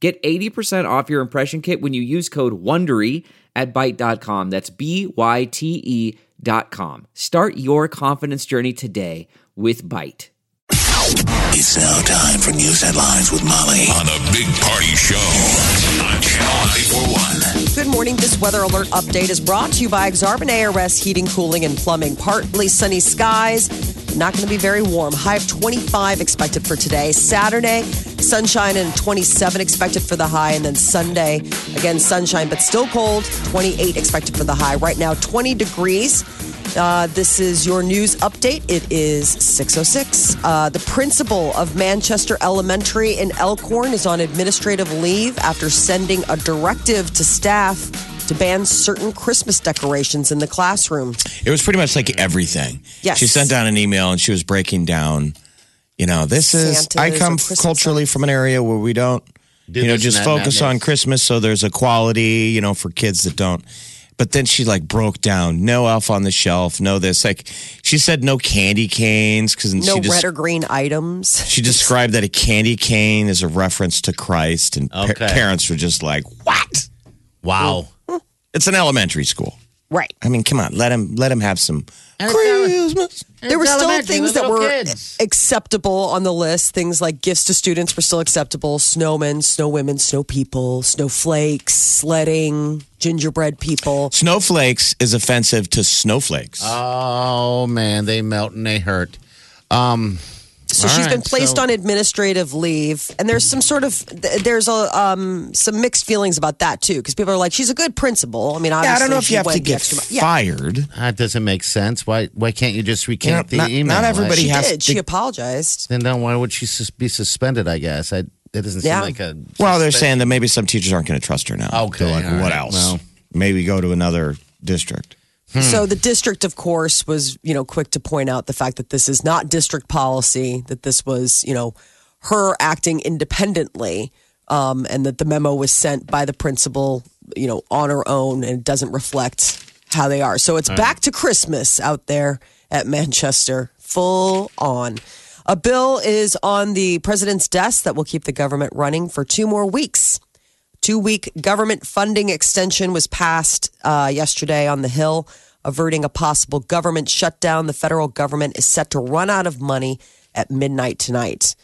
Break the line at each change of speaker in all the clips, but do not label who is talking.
Get 80% off your impression kit when you use code WONDERY at Byte.com. That's b y t e dot com. Start your confidence journey today with Byte.
It's now time for news headlines with Molly on the Big Party Show on Channel 941.
Good morning. This weather alert update is brought to you by Exarban ARS Heating, Cooling, and Plumbing. Partly sunny skies. Not going to be very warm. High of 25 expected for today. Saturday, sunshine and 27 expected for the high. And then Sunday, again, sunshine, but still cold. 28 expected for the high. Right now, 20 degrees. Uh, this is your news update. It is 606. Uh, the principal of Manchester Elementary in Elkhorn is on administrative leave after sending a directive to staff to ban certain Christmas decorations in the classroom.
It was pretty much like everything.
Mm. Yes.
She sent out an email and she was breaking down, you know, this is,
Santas
I come
and Christmas
culturally from an area where we don't,
Do
you know,
this and
just
that
focus on
and that, yes.
Christmas so there's equality, you know, for kids that don't. But then she like broke down, no elf on the shelf, no this. Like she said, no candy canes because
No
she,
red
des-
or green items.
she described that a candy cane is a reference to Christ. And pa-
Okay.
parents were just like, what?
Wow.
It's an elementary school.
Right.
I mean, come on, let him let him have some
And it's-
Christmas.
There were
It's
still
elementary,
things
they're
that
little
were
kids.
acceptable on the list. Things like gifts to students were still acceptable. Snowmen, snow women, snow people, snowflakes, sledding, gingerbread people.
Snowflakes is offensive to snowflakes.
Oh man, they melt and they hurt. Um,
So
All
she's
right,
been placed
so-
on administrative leave, and there's some sort of th- there's a um, some mixed feelings about that too, because people are like, she's a good principal. I mean, obviously,
yeah, I don't know if
she
you have to
went the
get
extra mi- Yeah,
fired.
that doesn't make sense. Why? Why can't you just recant
You know,
the
not-
email?
not everybody
she
has
did.
to-
She apologized.
Then, then why would she sus- be suspended? I guess I. That doesn't seem
Yeah.
like a.
Well, they're saying that maybe some teachers aren't going to trust her now.
Okay,
They're like,
all
what
right,
else?
well.
Maybe go to another district.
So the district, of course, was you know quick to point out the fact that this is not district policy. That this was you know her acting independently, um, and that the memo was sent by the principal, you know, on her own, and it doesn't reflect how they are. So it's back to Christmas out there at Manchester, full on. A bill is on the president's desk that will keep the government running for two more weeks two week government funding extension was passed uh, yesterday on the Hill, averting a possible government shutdown. The federal government is set to run out of money at midnight tonight.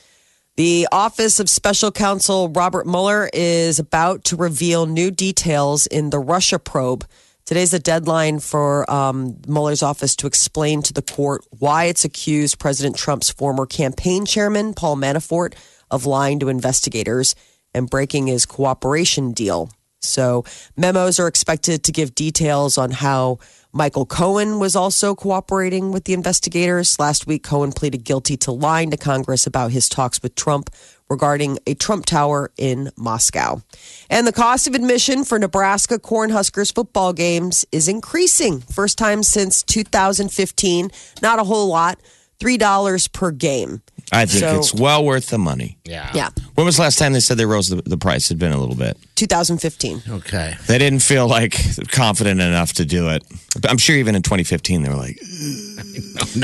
The Office of Special Counsel Robert Mueller is about to reveal new details in the Russia probe. Today's the deadline for um, Mueller's office to explain to the court why it's accused President Trump's former campaign chairman, Paul Manafort, of lying to investigators and breaking his cooperation deal. So, memos are expected to give details on how Michael Cohen was also cooperating with the investigators. Last week, Cohen pleaded guilty to lying to Congress about his talks with Trump regarding a Trump Tower in Moscow. And the cost of admission for Nebraska Cornhuskers football games is increasing, first time since 2015. Not a whole lot, $3 per game.
I think
So-
it's well worth the money.
Yeah.
Yeah,
When was the last time they said they rose the, the price? Had been a little bit.
2015.
Okay.
They didn't feel like confident enough to do it. But I'm sure even in 2015 they were like,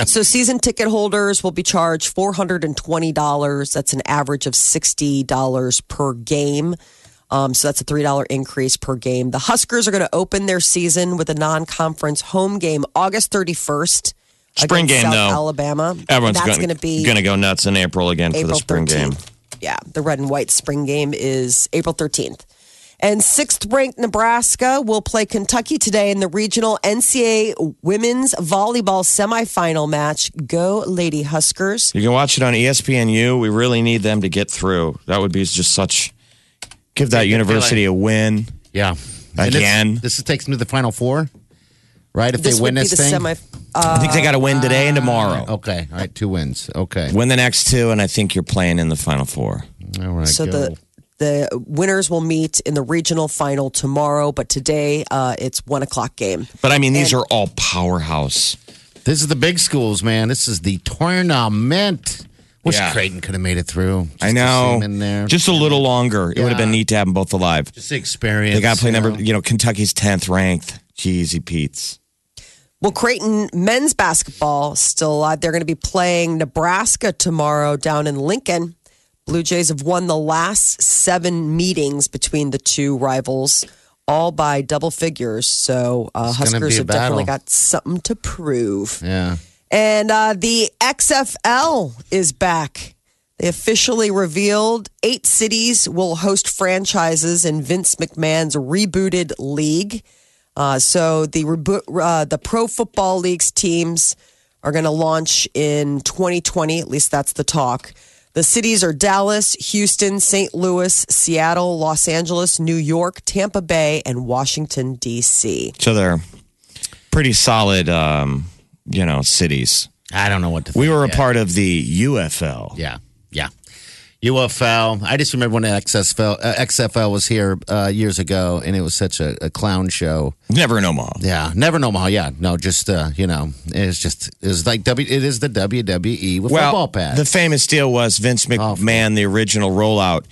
So season ticket holders will be charged four hundred and twenty dollars. That's an average of sixty dollars per game. Um, so that's a three dollar increase per game. The Huskers are going to open their season with a non-conference home game August thirty first.
Spring game,
South
though.
Alabama.
everyone's
that's
going
to be
going to go nuts in April again for
April
the spring
13th.
game.
Yeah, the red and white spring game is April 13th. And sixth ranked Nebraska will play Kentucky today in the regional NCAA women's volleyball semifinal match. Go, Lady Huskers.
You can watch it on E ESPNU. We really need them to get through. That would be just such give that university a win.
Yeah. And
Again.
This, this takes them to the final four, right? If
This
they win
would be
this
the
thing.
semi.
I think they got to win today and tomorrow.
okay. All right. Two wins. Okay.
Win the next two, and I think you're playing in the final four.
All right.
So
go.
the The winners will meet in the regional final tomorrow, but today uh, it's one o'clock game.
But I mean, these are all powerhouse.
This is the big schools, man. This is the tournament. Wish
Yeah.
Creighton could have made it through. Just
I
to see
know.
him in there.
Just a little longer. It would have been neat to have them both alive.
Just the experience.
They got to play
you
number,
know?
you know, Kentucky's 10th ranked. Jeezy Pete's.
Well, Creighton men's basketball still alive. They're going to be playing Nebraska tomorrow down in Lincoln. Blue Jays have won the last seven meetings between the two rivals, all by double figures. So uh,
It's gonna
Huskers
be a
have definitely
battle.
got something to prove.
Yeah.
And uh, the XFL is back. They officially revealed eight cities will host franchises in Vince McMahon's rebooted league. Uh, so the rebo- uh, the Pro Football League's teams are going to launch in 2020. At least that's the talk. The cities are Dallas, Houston, St. Louis, Seattle, Los Angeles, New York, Tampa Bay, and Washington D.C.
So they're pretty solid, um, you know, cities.
I don't know what to think.
We were a
yet.
part of the UFL.
Yeah. Yeah. UFL. I just remember when XFL, uh, XFL was here uh, years ago, and it was such a, a clown show.
Never in Omaha.
Yeah, never know how. Yeah, no, just uh, you know, it's just it's like W. It is the WWE with football Oh, pads.
the famous deal was Vince McMahon, the original rollout.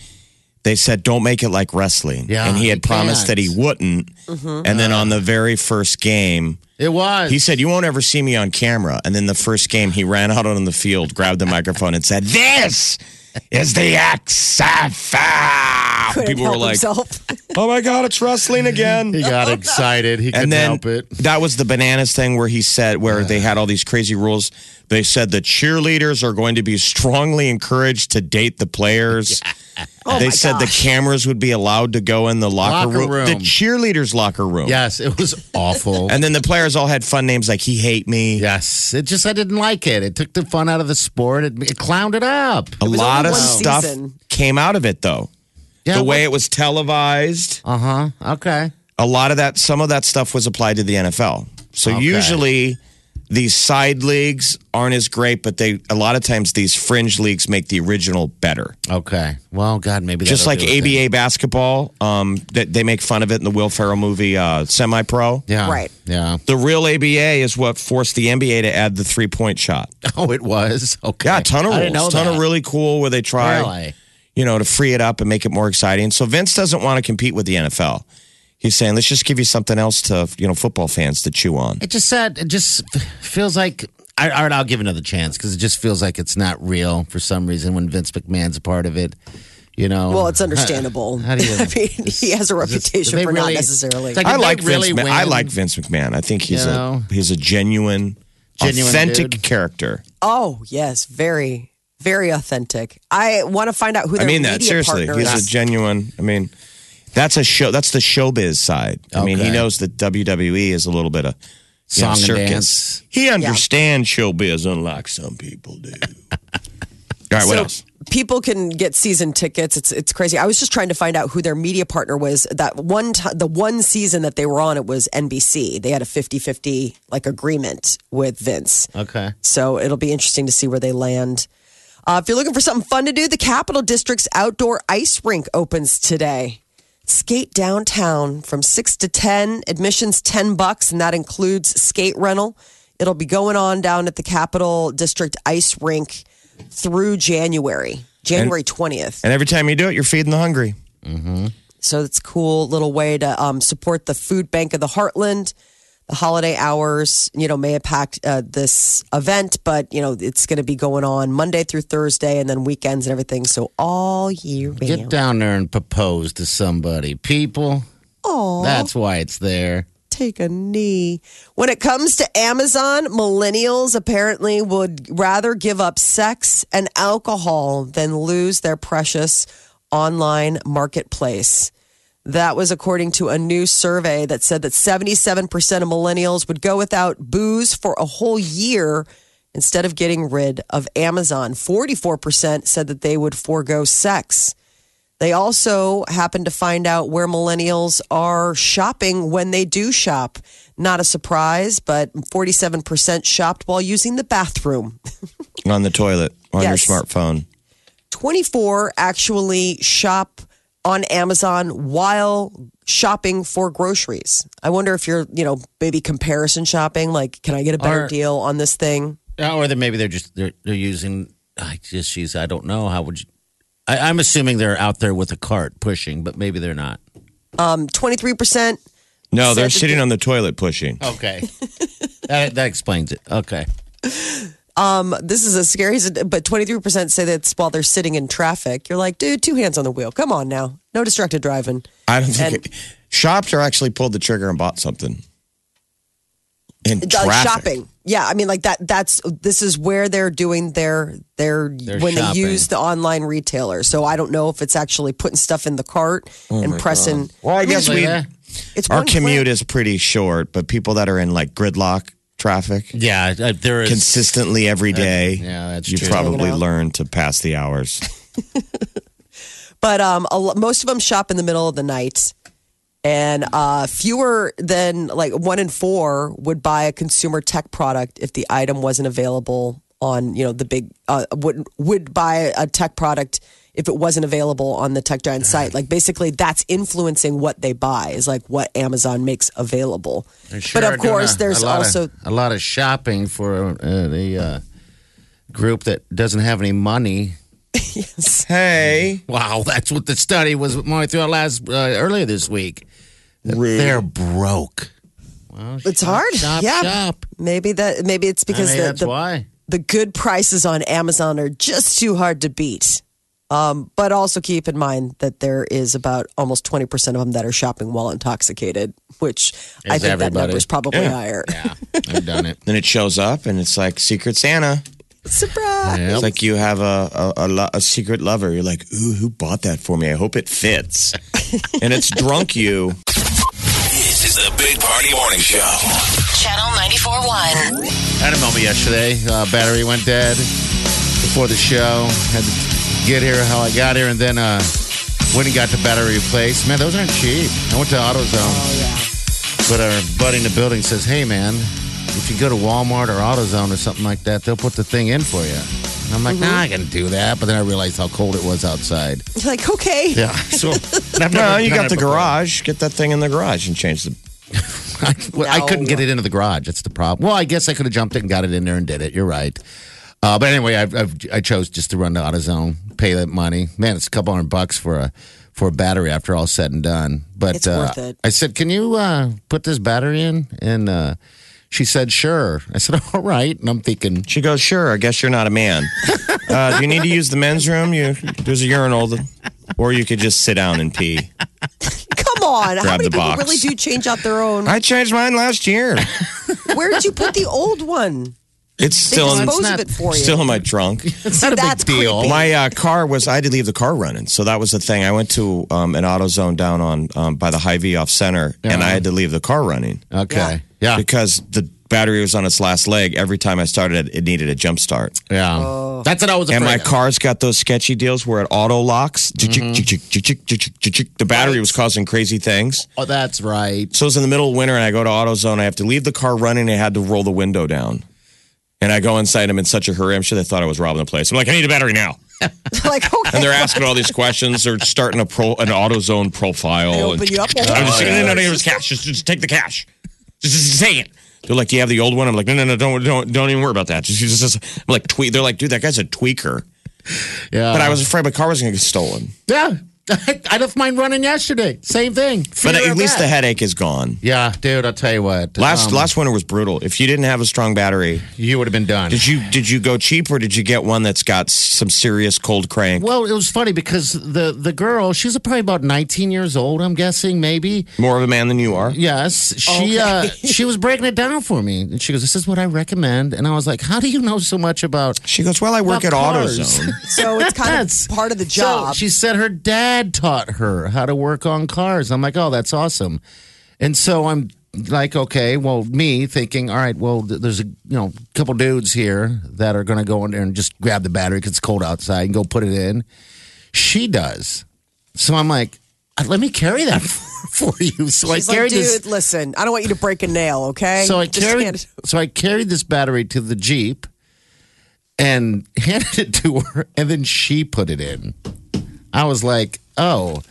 They said, "Don't make it like wrestling,"
Yeah,
and he had
you
promised that
can't.
he wouldn't.
Mm-hmm.
And then on the very first game,
it was.
he said, "You won't ever see me on camera." And then the first game, he ran out on the field, grabbed the microphone, and said, "This is the XFL."
Couldn't
People were
help
like,
himself.
"Oh my god, it's wrestling again!"
he got excited. He couldn't
and then
help it.
that was the bananas thing where he said where they had all these crazy rules they said the cheerleaders are going to be strongly encouraged to date the players
Oh,
they said the cameras would be allowed to go in the locker,
Locker
room.
room.
the cheerleaders locker room
Yes, it was awful.
and then the players all had fun names like he hate me
yes, it just I didn't like it. It took the fun out of the sport. It, it clowned it up.
a
was
lot of
only one
stuff
season.
came out of it though the way it was televised
Uh huh. Okay.
a lot of that some of that stuff was applied to the NFL. So
Okay.
usually these side leagues aren't as great, but they a lot of times these fringe leagues make the original better.
Okay. Well, God, maybe
Just like
that'll do it
ABA basketball, um, that they make fun of it in the Will Ferrell movie uh, Semi Pro.
then. Yeah.
Right.
Yeah.
The real ABA is what forced the NBA to add the three point shot.
Oh, it was. Okay.
Yeah, a ton of rules,
I didn't know
ton of
that.
really cool where they try
Really?
you know, to free it up and make it more exciting. So Vince doesn't want to compete with the NFL. He's saying, let's just give you something else to, you know, football fans to chew on.
It just said it just f- feels like. I, all right, I'll give it another chance because it just feels like it's not real for some reason when Vince McMahon's a part of it. You know.
Well, it's understandable.
How do you-
I mean, he has a
Is this-
reputation
do they
for not
really-
necessarily.
It's like,
I
did they
like
really
Vince. Ma- I
win?
like Vince McMahon. I think he's
You
a
know?
he's a genuine,
Genuine
authentic
dude.
character.
oh yes, very, very authentic. I want to find out who their
I mean
media
that seriously.
partner
He's a
is.
genuine. I mean, that's a show. That's the showbiz side. I mean, he
Okay.
knows that WWE is a little bit of you know,
Song and
circus.
dance.
He understands showbiz, unlike some people do. All right, what
So
else?
people can get season tickets. It's it's crazy. I was just trying to find out who their media partner was. That one ti the one season that they were on, it was NBC. They had a 50-50 like agreement with Vince.
Okay.
So it'll be interesting to see where they land. Uh, if you're looking for something fun to do, the Capital District's outdoor ice rink opens today. Skate downtown from 6 to 10. Admission's 10 bucks, and that includes skate rental. It'll be going on down at the Capital District ice rink through January, January 20th.
And every time you do it, you're feeding the hungry.
So it's a cool little way to um, support the food bank of the Heartland. The holiday hours, you know, may impact uh, this event, but you know it's going to be going on Monday through Thursday, and then weekends and everything. So all year
Get
round.
down there and propose to somebody. People,
Aw,
that's why it's there.
take a knee. When it comes to Amazon, millennials apparently would rather give up sex and alcohol than lose their precious online marketplace. That was according to a new survey that said that 77% of millennials would go without booze for a whole year instead of getting rid of Amazon. 44% said that they would forego sex. They also happen to find out where millennials are shopping when they do shop. Not a surprise, but 47% shopped while using the bathroom.
On the toilet, on your
Yes.
smartphone.
24 actually shop on Amazon while shopping for groceries. I wonder if you're, you know, maybe comparison shopping, like, can I get a better
Or-
deal on this thing?
Yeah, or they maybe they're just they're they're using. I just use. I don't know. How would you? I, I'm assuming they're out there with a cart pushing, but maybe they're not.
Um, 23%.
No, they're
Said that
sitting on the toilet pushing.
Okay, that, that explains it. Okay,
This is a scary, but 23% say that's while they're sitting in traffic. You're like, dude, two hands on the wheel. Come on now. No distracted driving.
I don't think
And-
it, shops are actually pulled the trigger and bought something. In
Like
traffic.
shopping. Yeah. I mean, like that, that's, this is where they're doing their, their, when
shopping.
they use the online retailer. So I don't know if it's actually putting stuff in the cart and pressing.
Oh Well, I guess we,
yeah,
It's
our
one click.
commute is pretty short, but people that are in like gridlock traffic
yeah. uh, There is
consistently every day,
yeah, that's
you
true.
probably
Hanging out.
learn to pass the hours.
but um, a, lo- most of them shop in the middle of the night, and uh, fewer than like one in four would buy a consumer tech product if the item wasn't available on you know the big uh, would would buy a tech product if it wasn't available on the tech giant site. Like basically, that's influencing what they buy is like what Amazon makes available.
They sure
but
are
of
doing
course,
a-
there's
a lot
also
of, a lot of shopping for uh, the uh, group that doesn't have any money.
Hey,
Wow, that's what the study was going through last uh, earlier this week. They're broke. Well,
It's hard.
Shop,
yeah.
shop.
Maybe that maybe it's because
I mean,
the,
that's
the,
why.
the good prices on Amazon are just too hard to beat. Um, but also keep in mind that there is about almost 20% of them that are shopping while intoxicated, which I think
Is
that
everybody.
number is probably higher.
Yeah, I've done it.
then it shows up and it's like Secret Santa.
Surprise!
Yep.
It's like you have a a, a, lo- a secret lover. You're like, ooh, who bought that for me? I hope it fits, and it's drunk you.
This is the Big Party Morning Show.
Channel 94.1.
had a moment yesterday. Uh, battery went dead before the show. Had to get here how I got here, and then uh, went and got the battery replaced. Man, those aren't cheap. I went to AutoZone. But our buddy in the building says, "Hey, man, if you go to Walmart or AutoZone or something like that, they'll put the thing in for you." And I'm like, "Nah, I can do that." But then I realized how cold it was outside.
You're like, okay.
Yeah, so and I've
No,
never
you
done
got
it
the
before.
garage. Get that thing in the garage and change the.
I, well, I couldn't
No.
get it into the garage. That's the problem. Well, I guess I could have jumped it and got it in there and did it. You're right. Uh, but anyway, I've, I've, I chose just to run to AutoZone, pay that money. Man, it's a couple hundred bucks for a for a battery after all said and done. But
It's
uh,
worth it.
I said, "Can you uh, put this battery in?" And uh, she said, "Sure." I said, "All right." And I'm thinking,
She goes, sure. I guess you're not a man. Uh, do you need to use the men's room? You there's a urinal, that- or you could just sit down and pee.
Come on. How
Grab
many
the
people
box.
really do change out their own?
I changed mine last year.
Where did you put the old one?
It's
They
still in,
dispose
not-
of it for you.
still in my trunk.
"It's not a big
that's
deal."
creepy.
My uh, car was, I had to leave the car running. So that was the thing. I went to um, an AutoZone down on um, by the Hy-Vee off center and I had to leave the car running
Okay. Uh, Yeah.
because the battery was on its last leg. Every time I started it, it needed a jump start.
Yeah.
Oh.
That's what I was.
And my
afraid of.
car's got those sketchy deals where it auto locks. The battery was causing crazy things.
Oh, that's right.
So it was in the middle of winter and I go to AutoZone. I have to leave the car running. I had to roll the window down. And I go inside. I'm in such a hurry. I'm sure they thought I was robbing the place. I'm like, I need a battery now.
like, okay.
and they're asking all these questions. They're starting a pro an AutoZone profile.
They
and
open you up a whole
I'm just
thing.
saying, no, no, no, here's cash. Just, just take the cash. Just, just take it. They're like, do you have the old one? I'm like, no, no, no, don't, don't, don't even worry about that. Just, just, just- I'm like, tweet. They're like, dude, that guy's a tweaker.
Yeah.
But I was afraid my car was gonna get stolen.
Yeah. I left mine running yesterday. Same thing.
But
Fear
at
of
least
that.
the headache is gone.
Yeah, dude, I'll tell you what.
Last
um,
last winter was brutal. If you didn't have a strong battery,
you would have been done.
did you did you go cheap or did you get one that's got some serious cold crank?
Well, it was funny because the the girl, she was probably about 19 years old, I'm guessing, maybe.
More of a man than you are.
Yes, she uh, she was breaking it down for me, and she goes, "This is what I recommend." And I was like, "How do you know so much about?"
She goes, well, I work at
About cars.
AutoZone.
So it's kind
That's-
of part of the
So
job.
she said her dad taught her how to work on cars. I'm like, "Oh, that's awesome," and so I'm like, "Okay, well, me thinking, all right, well, th- there's a you know couple dudes here that are going to go in there and just grab the battery because it's cold outside and go put it in." She does. So I'm like, "Uh, let me carry that for you. So
She's
I
like,
carried
dude,
this.
listen, I don't want you to break a nail, okay?
So I
Just hand
carried.
it-
So I carried this battery to the jeep and handed it to her, and then she put it in. I was like, oh.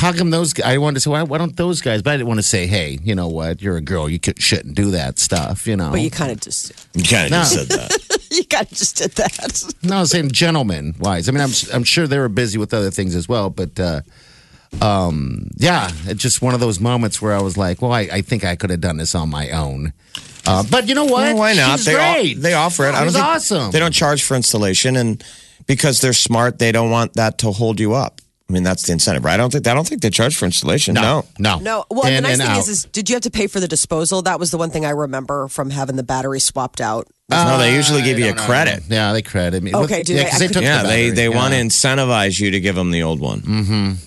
how come those? gu- I wanted to say why, why don't those guys? But I didn't want to say, hey, you know what? You're a girl. You could, shouldn't do that stuff. You know.
But you kind of just
You kind of just said that.
you kind of just did that.
No, I'm saying gentlemen wise. I mean, I'm I'm sure they were busy with other things as well, but uh, um, yeah, it's just one of those moments where I was like, well, I, I think I could have done this on my own. Uh, but you know what?
Well, why not?
She's
they o-
great.
they offer it. I don't
She's
think,
awesome.
They don't charge for installation, and because they're smart, they don't want that to hold you up. I mean, that's the incentive, right? I don't think I don't think they charge for installation. No.
no,
No, well,
In
the nice
and
thing
out.
is, is did you have to pay for the disposal? That was the one thing I remember from having the battery swapped out.
no,
Uh,
they usually give you a credit.
yeah, they credit me.
Okay, do
yeah,
they?
'cause
I
took
Yeah,
the
they
battery,
they
yeah.
want to incentivize you to give them the old one.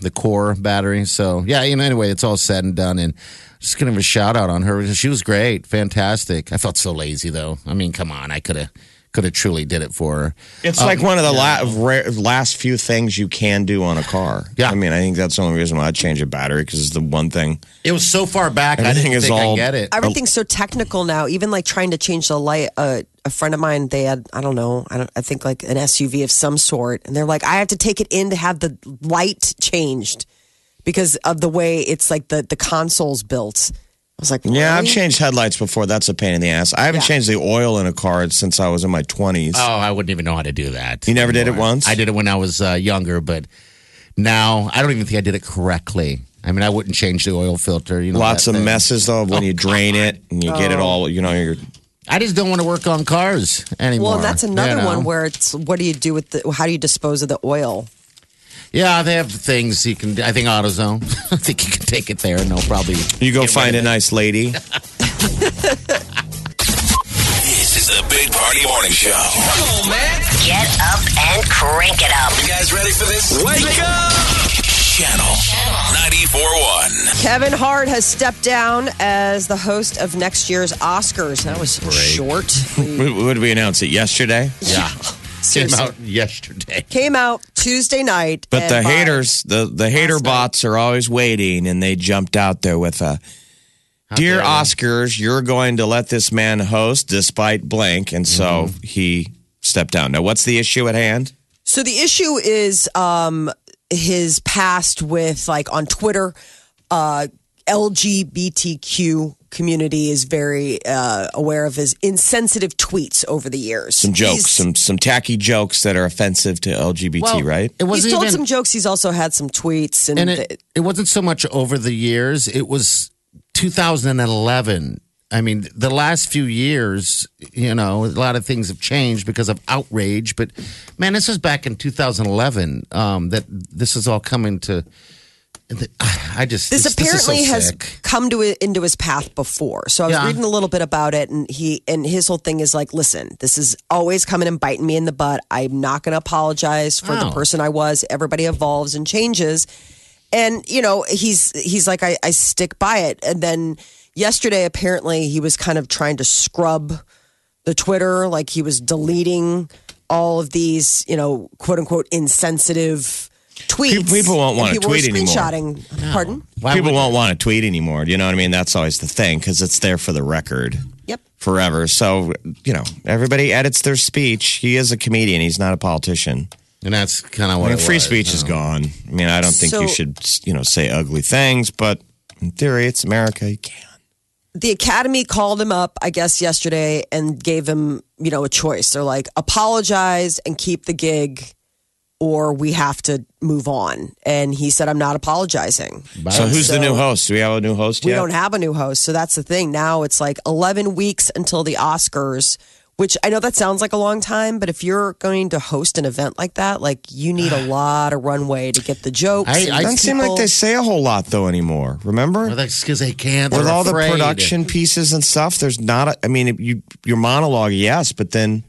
the core battery. So yeah, you know, anyway, it's all said and done. And just gonna have a shout out on her. She was great, fantastic. I felt so lazy though. I mean, come on, I could have could have truly did it for her.
It's like one of the la- rare, last few things you can do on a car.
Yeah.
I mean, I think that's the only reason why I change a battery because it's the one thing.
It was so far back.
Everything
I didn't
is
think
all-
I get it.
Everything's so technical now. Even like trying to change the light. Uh, a friend of mine, they had I don't know, I don't, I think like an SUV of some sort, and they're like, I have to take it in to have the light changed because of the way it's like the the console's built. I was like,
Yeah, I've
really?
changed headlights before. That's a pain in the ass. I haven't
Yeah.
changed the oil in a car since I was in my 20s.
Oh, I wouldn't even know how to do that.
You never did it once?
I did it when I was uh, younger, but now I don't even think I did it correctly. I mean, I wouldn't change the oil filter. You know,
Lots
that
of
thing.
messes, though, of when you drain it and you get it
Oh.
all, you know, you're.
I just don't want to work on cars anymore.
Well, and that's another
you know?
one where it's what do you do with the how do you dispose of the oil?
Yeah, they have things you can. I think AutoZone. I think you can take it there, and they'll probably.
You go find a nice lady.
This is the Big Party Morning Show.
Get up and crank it up.
You guys ready for this? Wake up! Channel 94.1.
Kevin Hart has stepped down as the host of next year's Oscars. That was short.
Would would we announce it yesterday?
Yeah, came
Seriously.
out yesterday.
Came out Tuesday night.
But
and
the
by-
haters, the, the hater bots are always waiting, and they jumped out there with a Dear Oscars, you're going to let this man host despite blank. And so he stepped down. Now, what's the issue at hand?
So the issue is um, his past with like on Twitter, uh, LGBTQ community is very uh, aware of his insensitive tweets over the years.
Some jokes,
He's-
some some tacky jokes that are offensive to LGBT, right?
It wasn't
He's told
even,
Oh. some jokes. He's also had some tweets, and,
and it, it wasn't so much over the years. It was 2011. I mean, the last few years, you know, a lot of things have changed because of outrage. But man, this was back in 2011 um, that this is all coming to. I just
this
it's- is so
apparently has
sick.
come to into his path before. So I was
Yeah.
reading a little bit about it, and he and his whole thing is like, listen, this is always coming and biting me in the butt. I'm not going to apologize for the
Wow.
person I was. Everybody evolves and changes, and you know he's he's like, I, I stick by it. And then yesterday, apparently, he was kind of trying to scrub the Twitter, like he was deleting all of these, you know, quote unquote insensitive. Tweets.
People won't
And
wanna
people were
tweet anymore.
screenshotting. Pardon?
Why
People
would-
won't want to tweet anymore. You know what I mean? That's always the thing because it's there for the record
Yep.
forever. So, you know, everybody edits their speech. He is a comedian, he's not a politician.
and that's kind of what
I mean,
it
free
was,
speech
you
is
know.
gone. I mean, I don't think
So-
you should, you know, say ugly things, but in theory, it's America. You can.
the academy called him up i guess yesterday and gave him you know a choice they're like apologize and keep the gig or we have to move on and he said i'm not apologizing
So, who's the new host? Do we have a new host
we
yet?
don't have a new host so that's the thing now it's like 11 weeks until the oscars which i know that sounds like a long time but if you're going to host an event like that like you need a lot of runway to get the jokes
I-
and
I-
Doesn't seem like
people-
they say a whole lot though anymore. Remember,
Well, that's because they can't.
with
They're
all
afraid.
the production pieces and stuff, there's not. A, I mean, you your monologue, yes, but then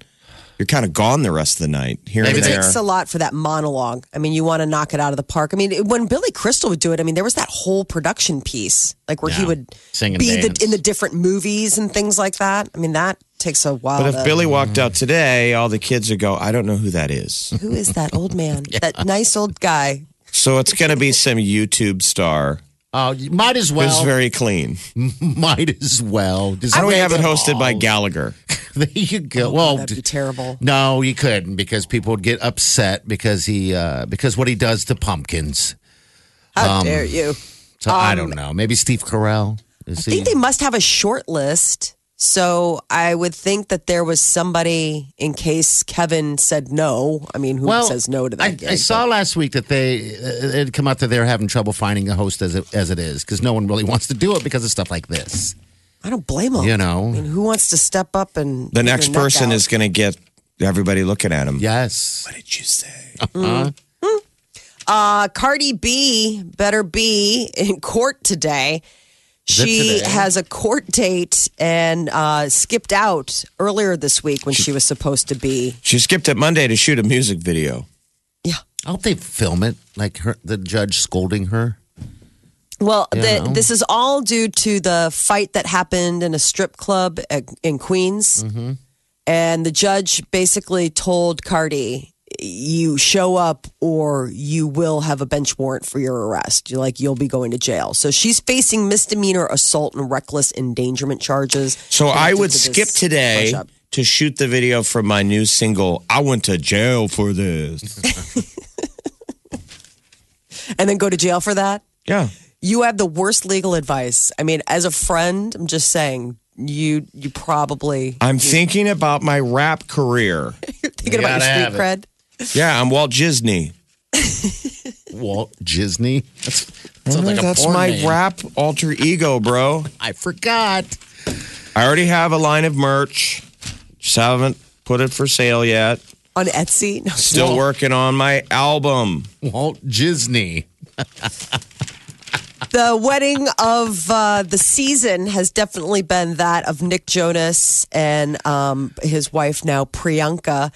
you're kind of gone the rest of the night. Here
Maybe
and
they-
there.
takes a lot for that monologue. I mean, you want to knock it out of the park. I mean, it- when Billy Crystal would do it, I mean, there was that whole production piece, like where he
Yeah.
would
Sing and
be the,
dance.
in the different movies and things like that. I mean, that takes a while.
but if
to-
Billy
Mm-hmm.
walked out today, all the kids would go, "I don't know who that is."
who is that old man? That nice old guy.
so it's going to be some YouTube star.
Oh, you might as well.
It's very clean.
might as well. Just
Why don't we
make
have it
them
hosted by
all.
Gallagher?
Oh, there you go. well,
Oh, That'd be terrible.
no, you couldn't because people would get upset because he uh, because what he does to pumpkins.
How dare you?
So I don't know. Maybe Steve Carell. Is
Um, I think they must have a short list. So I would think that there was somebody in case Kevin said no. I mean, who says no to that?
I,
gig,
I
but-
saw last week that they uh, it had come out that they're having trouble finding a host as it, as it is because no one really wants to do it because of stuff like this.
I don't blame him.
You know.
I mean, who wants to step up and
The
get
next
their neck
person
out?
is going to get everybody looking at him. Oh.
Yes,
What did you say?
uh, Cardi B. Better be in court today.
it
She
today?
has a court date and uh, skipped out earlier this week when she was supposed to be.
She skipped it Monday to shoot a music video.
Yeah.
I hope they film it like her, the judge scolding her.
Well,
Yeah.
the, this is all due to the fight that happened in a strip club at, in Queens.
Mm-hmm.
And the judge basically told Cardi, you show up or you will have a bench warrant for your arrest. You're like, you'll be going to jail. So she's facing misdemeanor assault and reckless endangerment charges.
So I
connected
would
to this
skip today
push-up.
to shoot the video for my new single. I went to jail for this.
And then go to jail for that?
yeah.
You have the worst legal advice. I mean, as a friend, I'm just saying, you you probably
I'm thinking about my rap career.
thinking about
gotta
your
have
street
it.
cred.
Yeah, I'm Walt Disney.
Walt Disney. That's, that sounds like a
That's
porn
my
name.
rap alter ego, bro.
I forgot.
I already have a line of merch. Just haven't put it for sale yet.
on Etsy. No.
Still working on my album.
Walt Disney.
The wedding of uh, the season has definitely been that of Nick Jonas and um, his wife now Priyanka.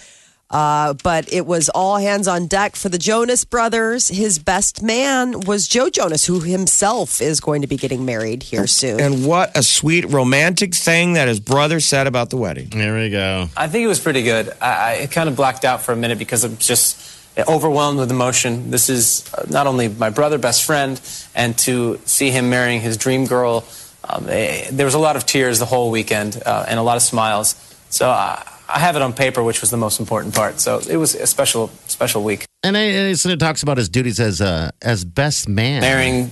Uh, but it was all hands on deck for the Jonas brothers. His best man was Joe Jonas, who himself is going to be getting married here soon.
And what a sweet romantic thing that his brother said about the wedding.
There we go.
I think it was pretty good. I, I kind of blacked out for a minute because I'm just overwhelmed with emotion. This is uh, not only my brother, best friend, and to see him marrying his dream girl, um, eh, there was a lot of tears the whole weekend uh, and a lot of smiles. So I, I have it on paper, which was the most important part. So it was a special, special week.
And, I, and it talks about his duties as uh, as best man.
marrying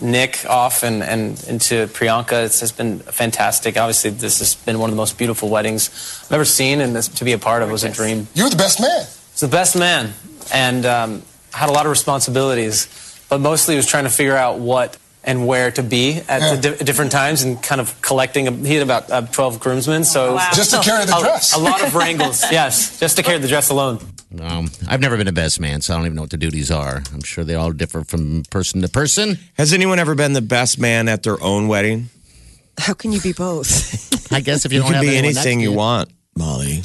Nick off and, and into Priyanka. It's, it's been fantastic. Obviously, this has been one of the most beautiful weddings I've ever seen, and this, to be a part of was a dream.
You're the best man.
He's the best man, and um, had a lot of responsibilities, but mostly was trying to figure out what and where to be at the di- different times and kind of collecting. he had about uh, 12 groomsmen, so it was
Oh, Just to carry the
a-
dress.
a lot of wrangles, yes, just to carry the dress alone.
Um, I've never been a best man, so I don't even know what the duties are. I'm sure they all differ from person to person.
Has anyone ever been the best man at their own wedding?
How can you be both?
I guess if you,
You
don't
can
have
be
anyone next
anything
to
you want, Molly.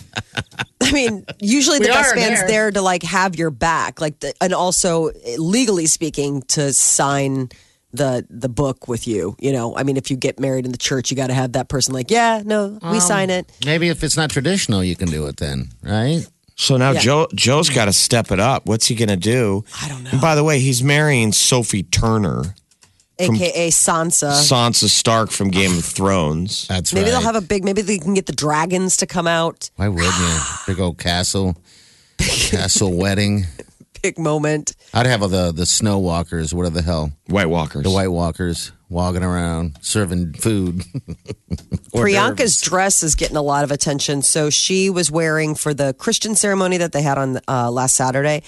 I mean, usually the
We
best
are
man's
there.
there to like have your back, like, the, and also eh, legally speaking, to sign the the book with you. You know, I mean, if you get married in the church, you got to have that person like, yeah, no, we sign it.
Maybe if it's not traditional, you can do it then, right?
So now
Yeah.
Joe Joe's got to step it up. What's he going to do?
I don't know.
And by the way, he's marrying Sophie Turner,
AKA
Uh.
Sansa.
Sansa Stark from Game of Thrones.
That's
Maybe
right.
they'll have a big. Maybe they can get the dragons to come out.
Why wouldn't you? Big old castle, castle wedding.
Big moment.
I'd have all the the snow walkers, whatever the hell,
White Walkers.
the White Walkers walking around serving food. Hors
Priyanka's dress is getting a lot of attention. So she was wearing for the Christian ceremony that they had on uh, last Saturday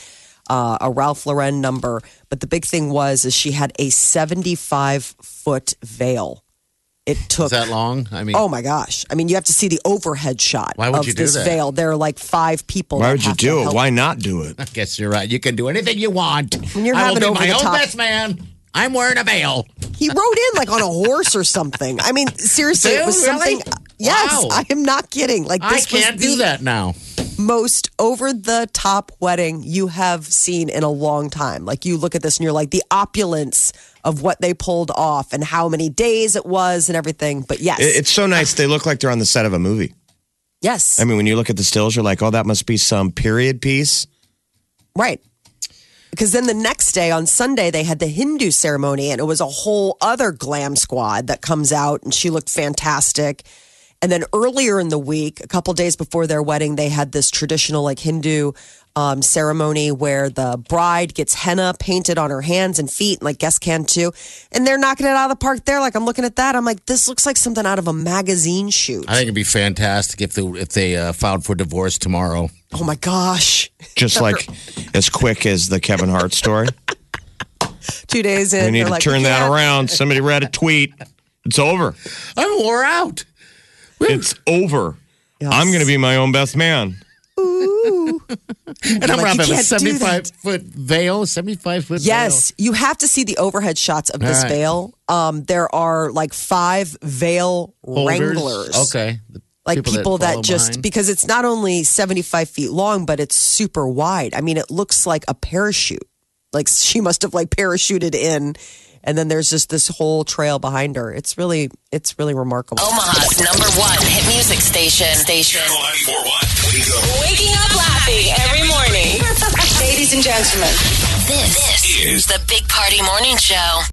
uh, a Ralph Lauren number. But the big thing was is she had a seventy-five foot veil. It took
Is that long? I mean,
Oh my gosh! I mean, you have to see the overhead shot
Why would
of
you do
this
that?
veil. There are like five people.
Why
that
would you
have to
do it?
help
Why not do it?
I guess you're right. You can do anything you want.
When you're
I
having
will be
over
my
the
own
top-
best man. I'm wearing a veil.
He rode in like on a horse or something. I mean, seriously, it
Dude,
was something. uh,
really?
Yes,
Wow.
I am not kidding. Like
I
this was
can't do
the
that now.
most over the top wedding you have seen in a long time. Like you look at this and you're like the opulence of what they pulled off and how many days it was and everything. But yes,
It- It's so nice. They look like they're on the set of a movie.
yes,
I mean, when you look at the stills, you're like, oh, that must be some period piece.
right. Because then the next day on Sunday they had the Hindu ceremony and it was a whole other glam squad that comes out and she looked fantastic. And then earlier in the week, a couple days before their wedding, they had this traditional like Hindu um, ceremony where the bride gets henna painted on her hands and feet, and like guests can too. And they're knocking it out of the park there. Like I'm looking at that, I'm like, this looks like something out of a magazine shoot.
I think it'd be fantastic if they if they uh, filed for divorce tomorrow.
oh my gosh,
Just like as quick as the Kevin Hart story.
two days in,
We need
they're
to
like,
turn
"We
that
can't."
around. Somebody read a tweet. It's over.
I'm wore out.
It's over. I'm going to be my own best man.
And I'm
Like, you
wrapping a
can't do
75 foot veil, 75 foot
Yes, you have to see the overhead shots of this
All right.
veil. Um, there are like five veil
veil.
wranglers.
Okay. The
Like people, that,
follow
just
behind.
because it's not only 75 feet long, but it's super wide. I mean, it looks like a parachute. Like she must have like parachuted in. And then there's just this whole trail behind her. It's really, it's really
Oh,
remarkable.
Omaha's number one hit music station. Station.
Waking up laughing every morning. Ladies and gentlemen.
This, is the Big Party Morning Show.